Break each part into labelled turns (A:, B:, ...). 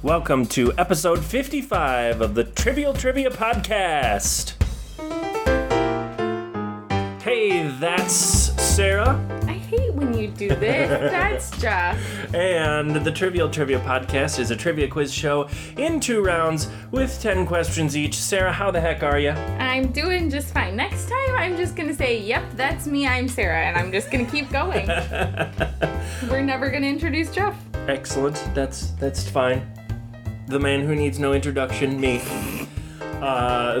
A: Welcome to episode 55 of the Trivial Trivia Podcast. Hey, that's Sarah.
B: I hate when you do this. That's just.
A: And the Trivial Trivia Podcast is a trivia quiz show in two rounds with 10 questions each. Sarah, how the heck are you?
B: I'm doing just fine. Next time, I'm just gonna say, "Yep, that's me. I'm Sarah," and I'm just gonna keep going. We're never gonna introduce Jeff.
A: Excellent. That's that's fine. The man who needs no introduction, me. Uh,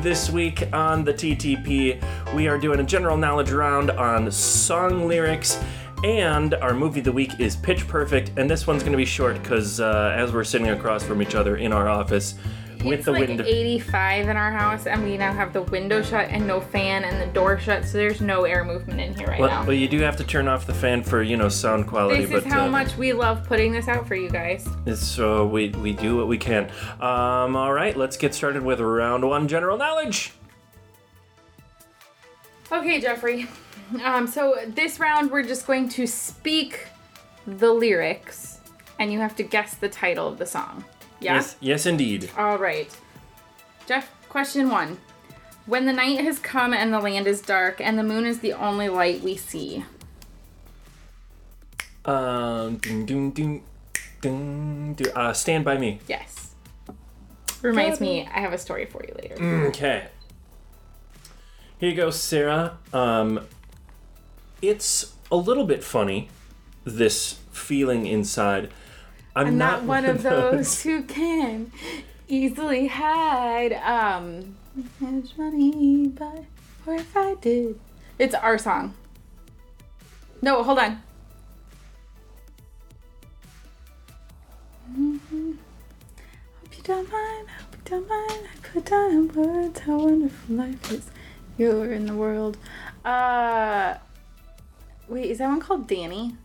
A: this week on the TTP, we are doing a general knowledge round on song lyrics, and our movie of the week is Pitch Perfect. And this one's going to be short because uh, as we're sitting across from each other in our office, with
B: it's
A: the
B: like
A: wind,
B: 85 in our house, and we now have the window shut and no fan and the door shut, so there's no air movement in here right
A: well,
B: now.
A: well, you do have to turn off the fan for you know sound quality.
B: This
A: but
B: is how
A: uh,
B: much we love putting this out for you guys.
A: So we we do what we can. Um, all right, let's get started with round one: general knowledge.
B: Okay, Jeffrey. Um, so this round, we're just going to speak the lyrics, and you have to guess the title of the song. Yeah?
A: Yes, yes, indeed.
B: All right. Jeff, question one. When the night has come and the land is dark and the moon is the only light we see.
A: Um, ding, ding, ding, ding, ding. Uh, stand by me.
B: Yes. Reminds me, I have a story for you later.
A: Okay. Here you go, Sarah. Um, it's a little bit funny. This feeling inside. I'm,
B: I'm not one of those who can easily hide. Um, it's funny, but what if I did? It's our song. No, hold on. Mm-hmm. Hope you don't mind. Hope you don't mind. I could die in words. How wonderful life is. You're in the world. Uh, wait, is that one called Danny?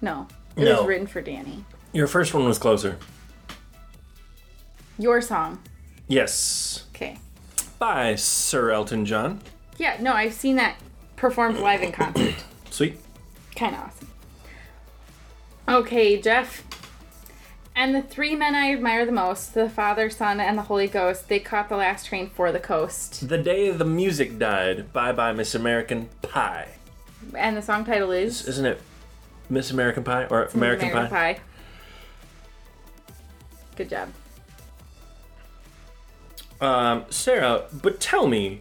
B: No, it
A: No.
B: was written for Danny.
A: Your first one was closer.
B: Your song.
A: Yes,
B: Okay.
A: by Sir Elton John.
B: Yeah, no, I've seen that performed live in concert.
A: Sweet.
B: kind of awesome. Okay, Jeff. And the three men I admire the most the Father, Son, and the Holy Ghost they caught the last train for the coast.
A: The day the music died. Bye bye, Miss American Pie.
B: And the song title is
A: Isn't it Miss American Pie or American, Pie?
B: Good job.
A: Um, Sarah, but tell me,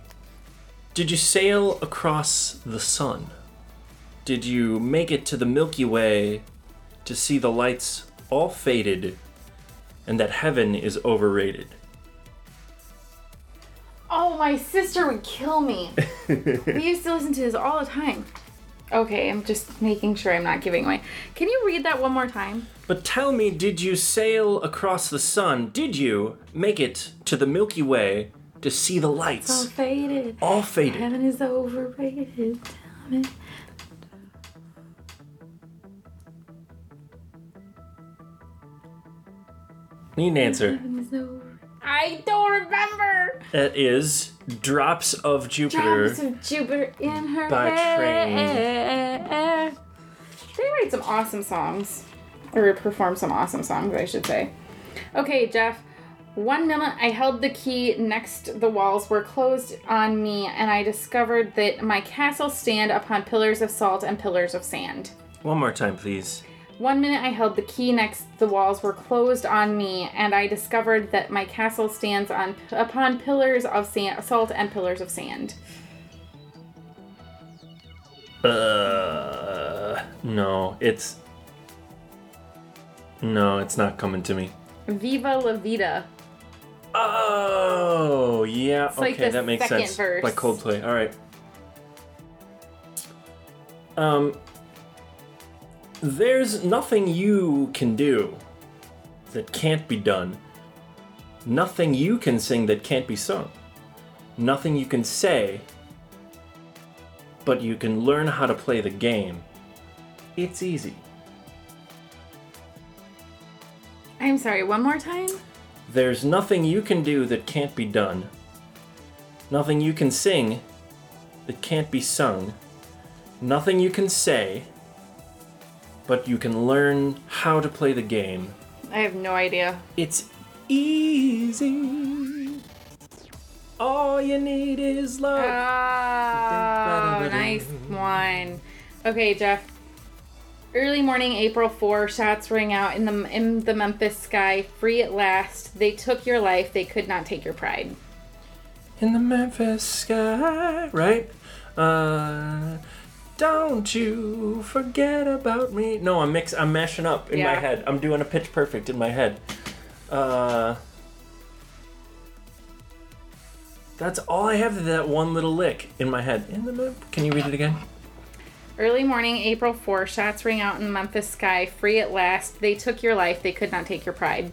A: did you sail across the sun? Did you make it to the Milky Way to see the lights all faded and that heaven is overrated?
B: Oh, my sister would kill me. we used to listen to this all the time. Okay, I'm just making sure I'm not giving away. Can you read that one more time?
A: But tell me, did you sail across the sun? Did you make it to the Milky Way to see the
B: Oh,
A: lights
B: faded.
A: all faded?
B: Heaven is overrated. Tell me.
A: Need an answer.
B: Heaven is over- I don't remember.
A: That is Drops of Jupiter.
B: Drops of Jupiter in her
A: By train.
B: hair. They write some awesome songs, or perform some awesome songs, I should say. Okay, Jeff. One minute I held the key next the walls were closed on me, and I discovered that my castle stand upon pillars of salt and pillars of sand.
A: One more time, please.
B: One minute I held the key next the walls were closed on me, and I discovered that my castle stands on upon pillars of sand, salt and pillars of sand.
A: Uh, no, it's. No, it's not coming to me.
B: Viva la vida.
A: Oh, yeah. okay,
B: like the
A: that makes
B: second
A: sense.
B: verse.
A: Like Coldplay. All right. Um, there's nothing you can do that can't be done. Nothing you can sing that can't be sung. Nothing you can say, but you can learn how to play the game. It's easy.
B: I'm sorry, one more time?
A: There's nothing you can do that can't be done. Nothing you can sing that can't be sung. Nothing you can say, but you can learn how to play the game.
B: I have no idea.
A: It's easy. All you need is love.
B: Oh, nice one. Okay, Jeff. Early morning, April 4, shots ring out in the in the Memphis sky. Free at last. They took your life. They could not take your pride.
A: in the Memphis sky, right? Uh, don't you forget about me. No, I'm mix. I'm mashing up in my
B: Yeah.
A: head. I'm doing a pitch perfect in my head. Uh, that's all I have. That one little lick in my head. In the Mem- Can you read it again?
B: Early morning, April 4, shots ring out in Memphis sky. Free at last. They took your life. They could not take your pride.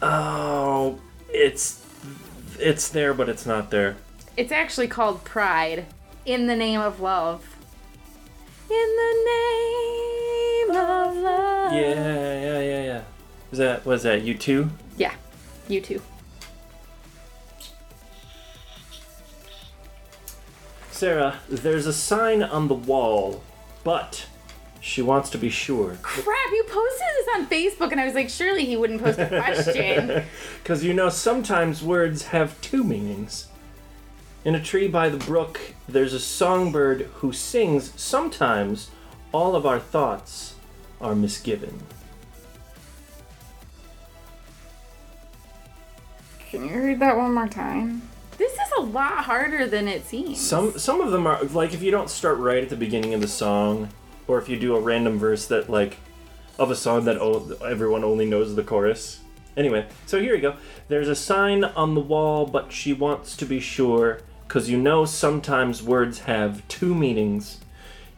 A: Oh, it's it's there, but it's not there.
B: It's actually called Pride in the name of love. In the name of love.
A: Yeah, yeah, yeah, yeah. Was that was that you two?
B: Yeah, you too.
A: Sarah, there's a sign on the wall, but she wants to be sure.
B: crap, you posted this on Facebook, and I was like, surely he wouldn't post a question.
A: Because you know, sometimes words have two meanings. In a tree by the brook, there's a songbird who sings, Sometimes all of our thoughts are misgiven.
B: Can you read that one more time? This is a lot harder than it seems.
A: Some some of them are like if you don't start right at the beginning of the song, or if you do a random verse that like of a song that o- everyone only knows the chorus. Anyway, so here we go. There's a sign on the wall, but she wants to be sure, cause you know sometimes words have two meanings.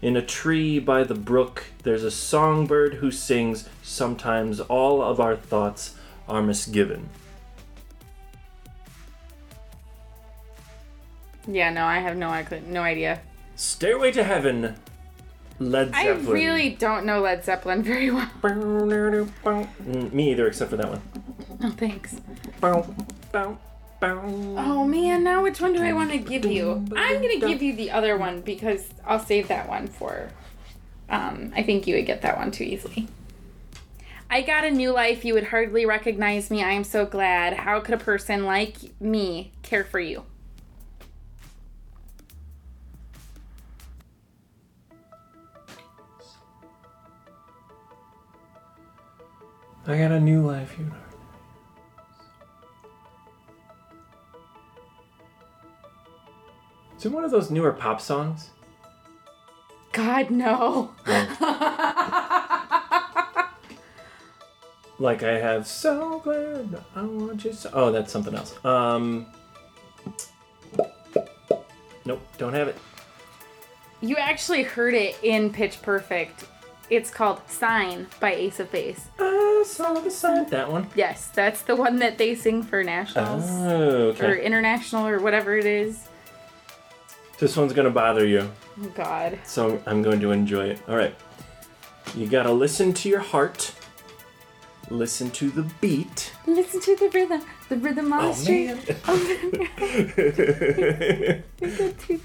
A: In a tree by the brook, there's a songbird who sings. Sometimes all of our thoughts are misgiven.
B: yeah, no, I have no, I could, no idea.
A: Stairway to Heaven, Led
B: I
A: Zeppelin.
B: really don't know Led Zeppelin very well.
A: Mm, Me either, except for that one.
B: No, thanks.
A: Bow, bow, bow.
B: Oh man, now which one do I want to give you? I'm gonna give you the other one because I'll save that one for. Um, I think you would get that one too easily. I got a new life. You would hardly recognize me. I am so glad. How could a person like me care for you?
A: I got a new life, you know. Is it one of those newer pop songs?
B: God no.
A: Like I have so glad I want you so. Oh, that's something else. Um. Nope, don't have it.
B: You actually heard it in Pitch Perfect. It's called Sign by Ace of Base.
A: I saw the sign. That one.
B: Yes, that's the one that they sing for nationals
A: Oh,
B: or
A: okay.
B: international or whatever it is.
A: This one's gonna bother you.
B: Oh God.
A: So I'm going to enjoy it. All right. You gotta listen to your heart. Listen to the beat.
B: Listen to the rhythm, the rhythm on the street.
A: man.
B: Oh, man. You're good, you're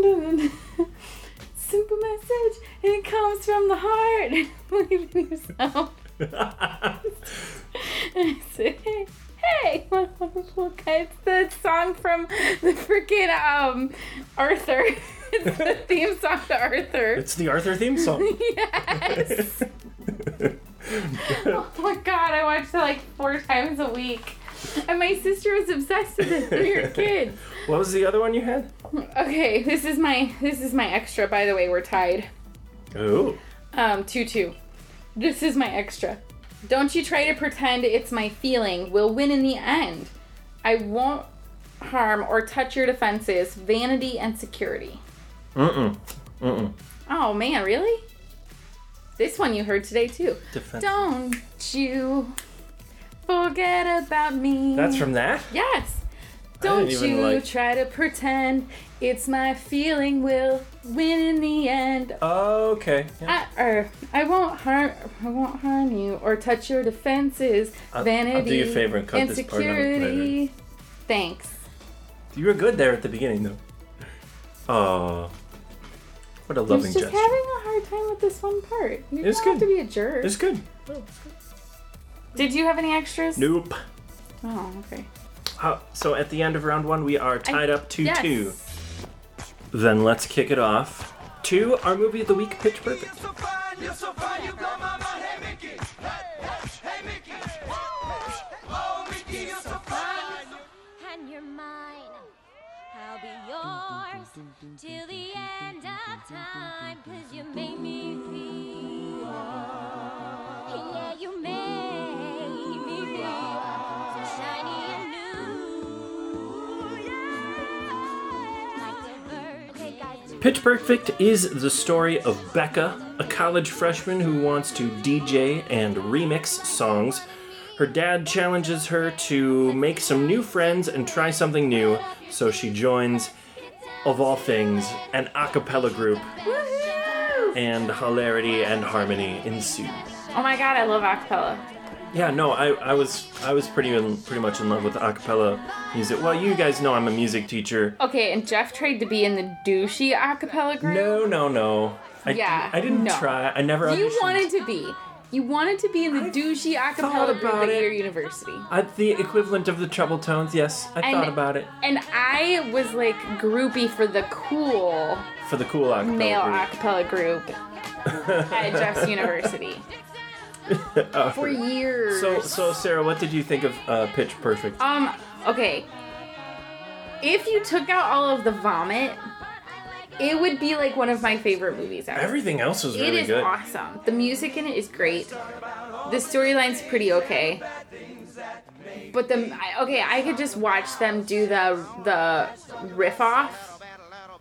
B: good. Simple message. It comes from the heart. Believe in yourself. And I say, hey, hey, my wonderful guy. It's the song from the freaking um Arthur. It's the theme song to Arthur.
A: it's the Arthur theme song.
B: Yes. Oh my god, I watched it like four times a week. And my sister was obsessed with it through your kids.
A: what was the other one you had?
B: Okay, this is my this is my extra, by the way, we're tied.
A: Oh.
B: Um, two two. This is my extra. Don't you try to pretend it's my feeling. We'll win in the end. I won't harm or touch your defenses, vanity and security.
A: Mm-mm. Mm-mm.
B: Oh man, really? This one you heard today too.
A: Defense.
B: Don't you forget about me.
A: That's from that?
B: Yes. Don't
A: even
B: you
A: like-
B: try to pretend it's my feeling will win in the end.
A: Okay. Yeah.
B: I, er, I won't harm I won't harm you or touch your defenses.
A: I'll- I'll do
B: Vanity,
A: you a favor and cut this part out later.
B: insecurity. Thanks.
A: You were good there at the beginning, though. Oh, what a
B: I was
A: loving
B: just
A: gesture.
B: having a hard time with this one part. You
A: It's
B: don't
A: good.
B: have to be a jerk.
A: It's good.
B: Did you have any extras?
A: Nope.
B: Oh, okay.
A: How, so at the end of round one, we are tied up two
B: yes.
A: two. Then let's kick it off. Two, our movie of the week, Pitch Perfect.
C: so fine, you're so fine, you blow my mind. Hey, Mickey. Hey, hey, Mickey. Oh, Mickey, you're so fine.
D: and you're mine. I'll be yours till the end of time, cause you make me feel. Yeah, you made me feel so shiny and new. Yeah. Like the virgin. Okay, guys.
A: Pitch Perfect is the story of Becca, a college freshman who wants to DJ and remix songs. Her dad challenges her to make some new friends and try something new, so she joins, of all things, an a cappella group, and hilarity and harmony ensues.
B: Oh my god, I love acapella.
A: Yeah, no, I, I was I was pretty in, pretty much in love with a cappella music. Well, you guys know I'm a music teacher.
B: Okay, and Jeff tried to be in the douchey acapella group.
A: No, no, no. I,
B: Yeah,
A: I didn't
B: no.
A: try. I never.
B: You
A: auditioned.
B: wanted to be. You wanted to be in the douchey acapella group
A: about
B: at
A: it.
B: your university.
A: I, Uh, the equivalent of the treble tones. Yes, I
B: And-
A: thought about it
B: And I was like groupie for the cool
A: for the cool acapella.
B: male
A: group.
B: acapella group at Jeff's university for years.
A: So, so Sarah, what did you think of uh, Pitch Perfect?
B: um, okay. If you took out all of the vomit, it would be like one of my favorite movies ever.
A: Everything else was
B: It
A: really
B: is
A: good.
B: awesome. The music in it is great. The storyline's pretty okay. But the I- okay, I could just watch them do the the riff off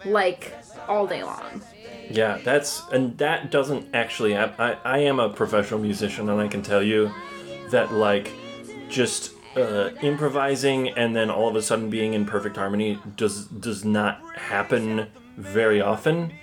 B: like all day long.
A: Yeah, that's and that doesn't actually. hap- I I am a professional musician, and I can tell you that like just uh, improvising and then all of a sudden being in perfect harmony does does not happen very often.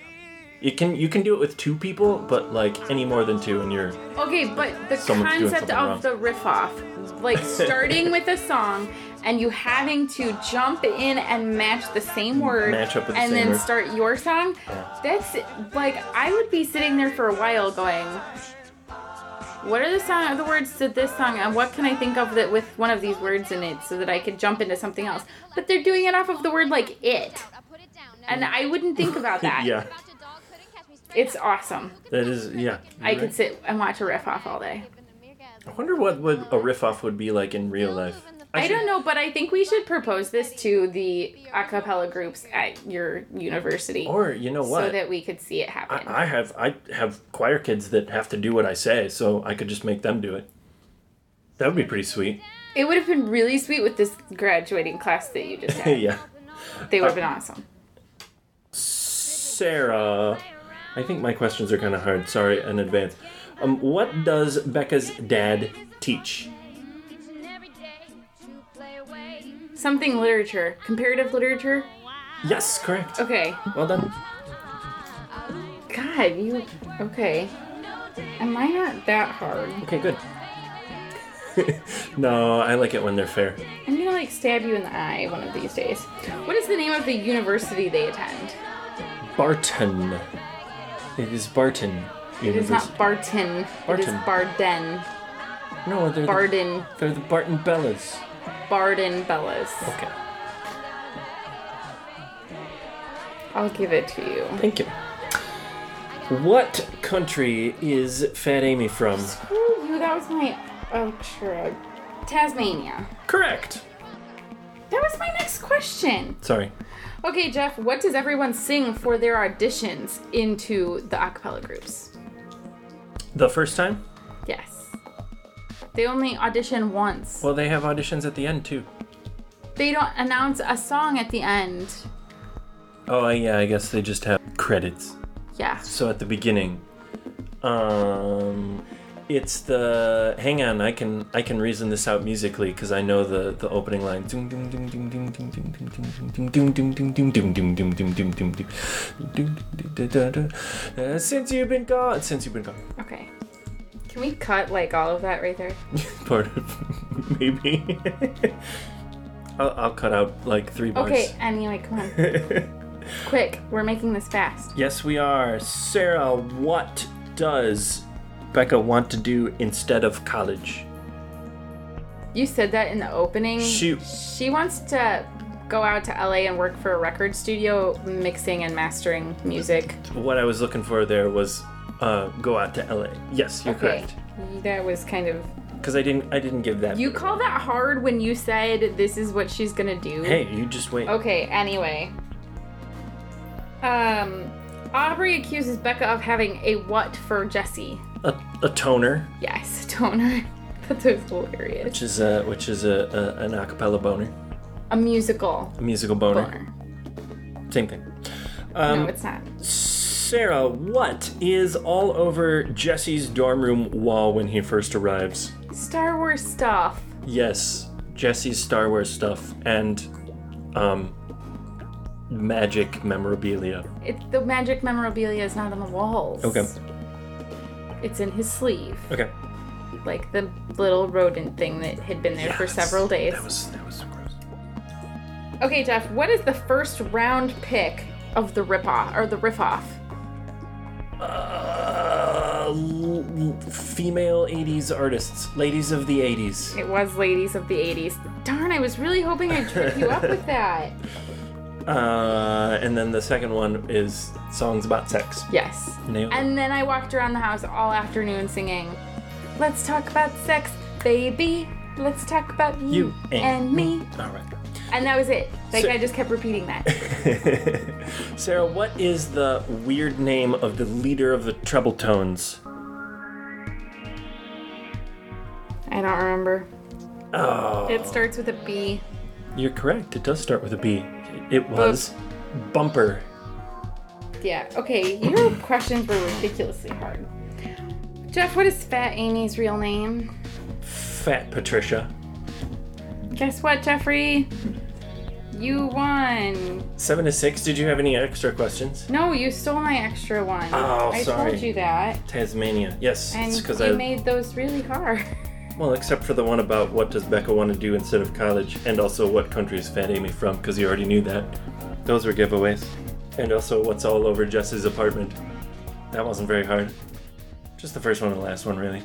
A: You can you can do it with two people, but like any more than two, and you're
B: Okay, but the
A: Someone's doing
B: concept
A: something
B: of
A: wrong.
B: the riff off, like starting with a song and you having to jump in and match the same word
A: Match up with the
B: and
A: same
B: then
A: word.
B: start your song, that's like I would be sitting there for a while going, what are the song the words to this song and what can I think of that with one of these words in it so that I could jump into something else? But they're doing it off of the word like it.
D: I put it down.
B: And I wouldn't think about that.
A: yeah.
D: Dr. Dog couldn't catch me straight
B: It's awesome.
A: That is yeah.
B: I
A: you're
B: could
A: right.
B: sit and watch a riff off all day.
D: up in the mirror.
A: I wonder what would a riff off would be like in real life.
B: I
A: should-
B: don't know, but I think we should propose this to the a cappella groups at your university
A: Or you know what?
B: so that we could see it happen.
A: I, I have I have choir kids that have to do what I say, so I could just make them do it. That would be pretty sweet.
B: it would have been really sweet with this graduating class that you just had.
A: yeah.
B: They would have been awesome.
A: Sarah, I think my questions are kind of hard. Sorry in advance. Um, what does Becca's dad teach?
D: Each and every day to play away.
B: Something literature, comparative literature.
A: Yes, correct.
B: Okay,
A: Well done.
B: God, you okay? Am I not that hard?
A: Okay, good. no, I like it when they're fair.
B: I'm gonna like stab you in the eye one of these days. What is the name of the university they attend?
A: Barton. It is Barton
B: It is
A: University.
B: not Barton. It is
A: Barton.
B: Barden.
A: no, they're
B: Barden.
A: the, they're the Barton Bellas.
B: Barden Bellas.
A: Okay,
B: I'll give it to you.
A: thank you. What country is Fat Amy from?
B: Ooh, you, that was my ultra. Tasmania.
A: Correct.
B: That was my next question.
A: Sorry.
B: Okay, Jeff, what does everyone sing for their auditions into the a cappella groups?
A: The first time?
B: Yes. They only audition once.
A: Well, they have auditions at the end too.
B: They don't announce a song at the end.
A: Oh yeah, I guess they just have credits.
B: Yeah.
A: So at the beginning, um, it's the hang on. I can I can reason this out musically because I know the the opening line. Since you've been gone, since you've been gone,
B: Okay. Can we cut like all of that right there?
A: part of maybe. I'll, I'll cut out like three bars.
B: Okay, anyway, come on. Quick, we're making this fast.
A: Yes, we are. Sarah, what does Becca want to do instead of college?
B: You said that in the opening.
A: Shoot.
B: She wants to go out to LA and work for a record studio mixing and mastering music.
A: What I was looking for there was uh, go out to LA. Yes, you're
B: Okay.
A: correct.
B: That was kind of.
A: Because I didn't, I didn't give that.
B: You call that hard when you said this is what she's gonna do?
A: Hey, you just wait.
B: Okay, anyway. Um, Aubrey accuses Becca of having a what for Jesse.
A: A, a toner,
B: Yes, toner. That was hilarious.
A: which is a, which is a, a an acapella boner,
B: A musical
A: a musical boner.
B: boner.
A: Same thing. Um,
B: no, it's not.
A: Sarah, what is all over Jesse's dorm room wall when he first arrives?
B: Star Wars stuff.
A: Yes, Jesse's Star Wars stuff and um magic memorabilia.
B: It, the magic memorabilia is not on the walls.
A: Okay.
B: It's in his sleeve,
A: Okay.
B: like the little rodent thing that had been there for several days.
A: That was that was gross.
B: Okay, Jeff, what is the first round pick of the ripoff or the riff-off?
A: Uh, l- l- female 80s artists, ladies of the 80s.
B: It was Ladies of the 80s. Darn, I was really hoping I'd trip you up with that.
A: Uh, and then the second one is songs about sex.
B: Yes.
A: Nailed it.
B: And then I walked around the house all afternoon singing, Let's talk about sex, baby. Let's talk about you,
A: You and
B: me.
A: All right.
B: And that was it. Like,
A: So-
B: I just kept repeating that.
A: Sarah, what is the weird name of the leader of the treble tones?
B: I don't remember.
A: Oh.
B: It starts with a B.
A: You're correct. It does start with a B. It was bumper.
B: Yeah, okay, your questions were ridiculously hard. Jeff, what is Fat Amy's real name?
A: Fat Patricia.
B: Guess what, Jeffrey? You won.
A: Seven to six. Did you have any extra questions?
B: No, you stole my extra one.
A: Oh,
B: I
A: sorry.
B: told you that.
A: Tasmania. Yes.
B: And
A: It's
B: you
A: because I
B: made those really hard.
A: well, except for the one about what does Becca want to do instead of college, and also what country is Fat Amy from? Because you already knew that. Those were giveaways. And also what's all over Jess's apartment. That wasn't very hard. Just the first one and the last one, really.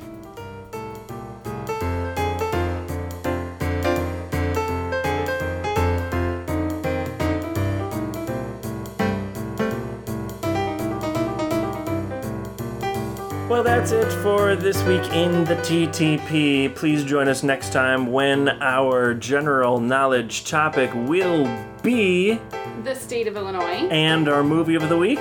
A: Well, that's it for this week in the TTP. Please join us next time when our general knowledge topic will be
B: the state of Illinois.
A: and our movie of the week.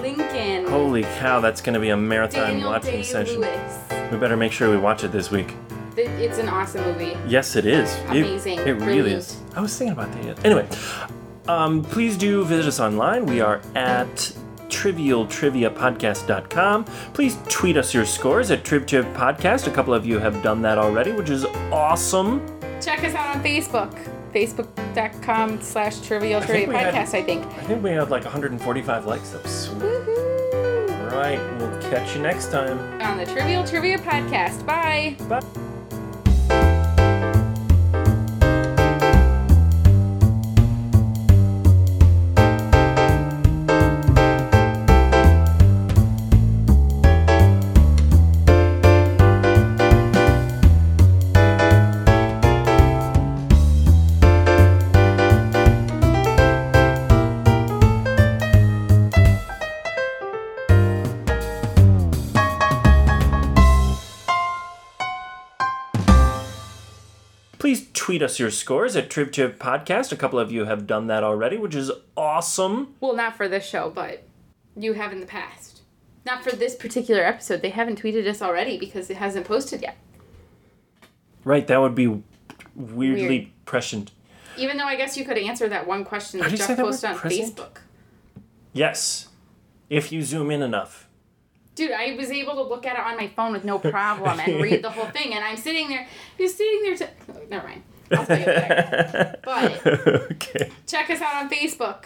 B: Lincoln.
A: Holy cow, that's going to be a marathon
B: Daniel
A: watching
B: Day
A: session.
B: Lewis.
A: We better make sure we watch it this week.
B: Th- It's an awesome movie.
A: Yes, it is. It-
B: Amazing.
A: It, really is. I was thinking about that. Yet. Anyway, um, please do visit us online. We are at trivialtriviapodcast.com. Please tweet us your scores at TribTrib Podcast. A couple of you have done that already, which is awesome.
B: Check us out on Facebook. Facebook.com slash Trivial
A: think
B: Trivia
A: we had-
B: Podcast, I think.
A: I think we had like 145 likes. That was sweet.
B: Woohoo!
A: All right, we'll catch you next time.
B: On the Trivial Trivia Podcast. Bye.
A: Bye. Please tweet us your scores at TribTrib Podcast. A couple of you have done that already, which is awesome.
B: Well, not for this show, but you have in the past. Not for this particular episode. They haven't tweeted us already because it hasn't posted yet.
A: Right, that would be weirdly prescient.
B: Even though I guess you could answer that one question that
A: you say
B: Jeff
A: that word
B: posted on
A: present?
B: Facebook.
A: Yes, if you zoom in enough.
B: Dude, I was able to look at it on my phone with no problem and read the whole thing, and I'm sitting there, just sitting there. To, never mind. I'll say it later. But
A: okay.
B: check us out on Facebook.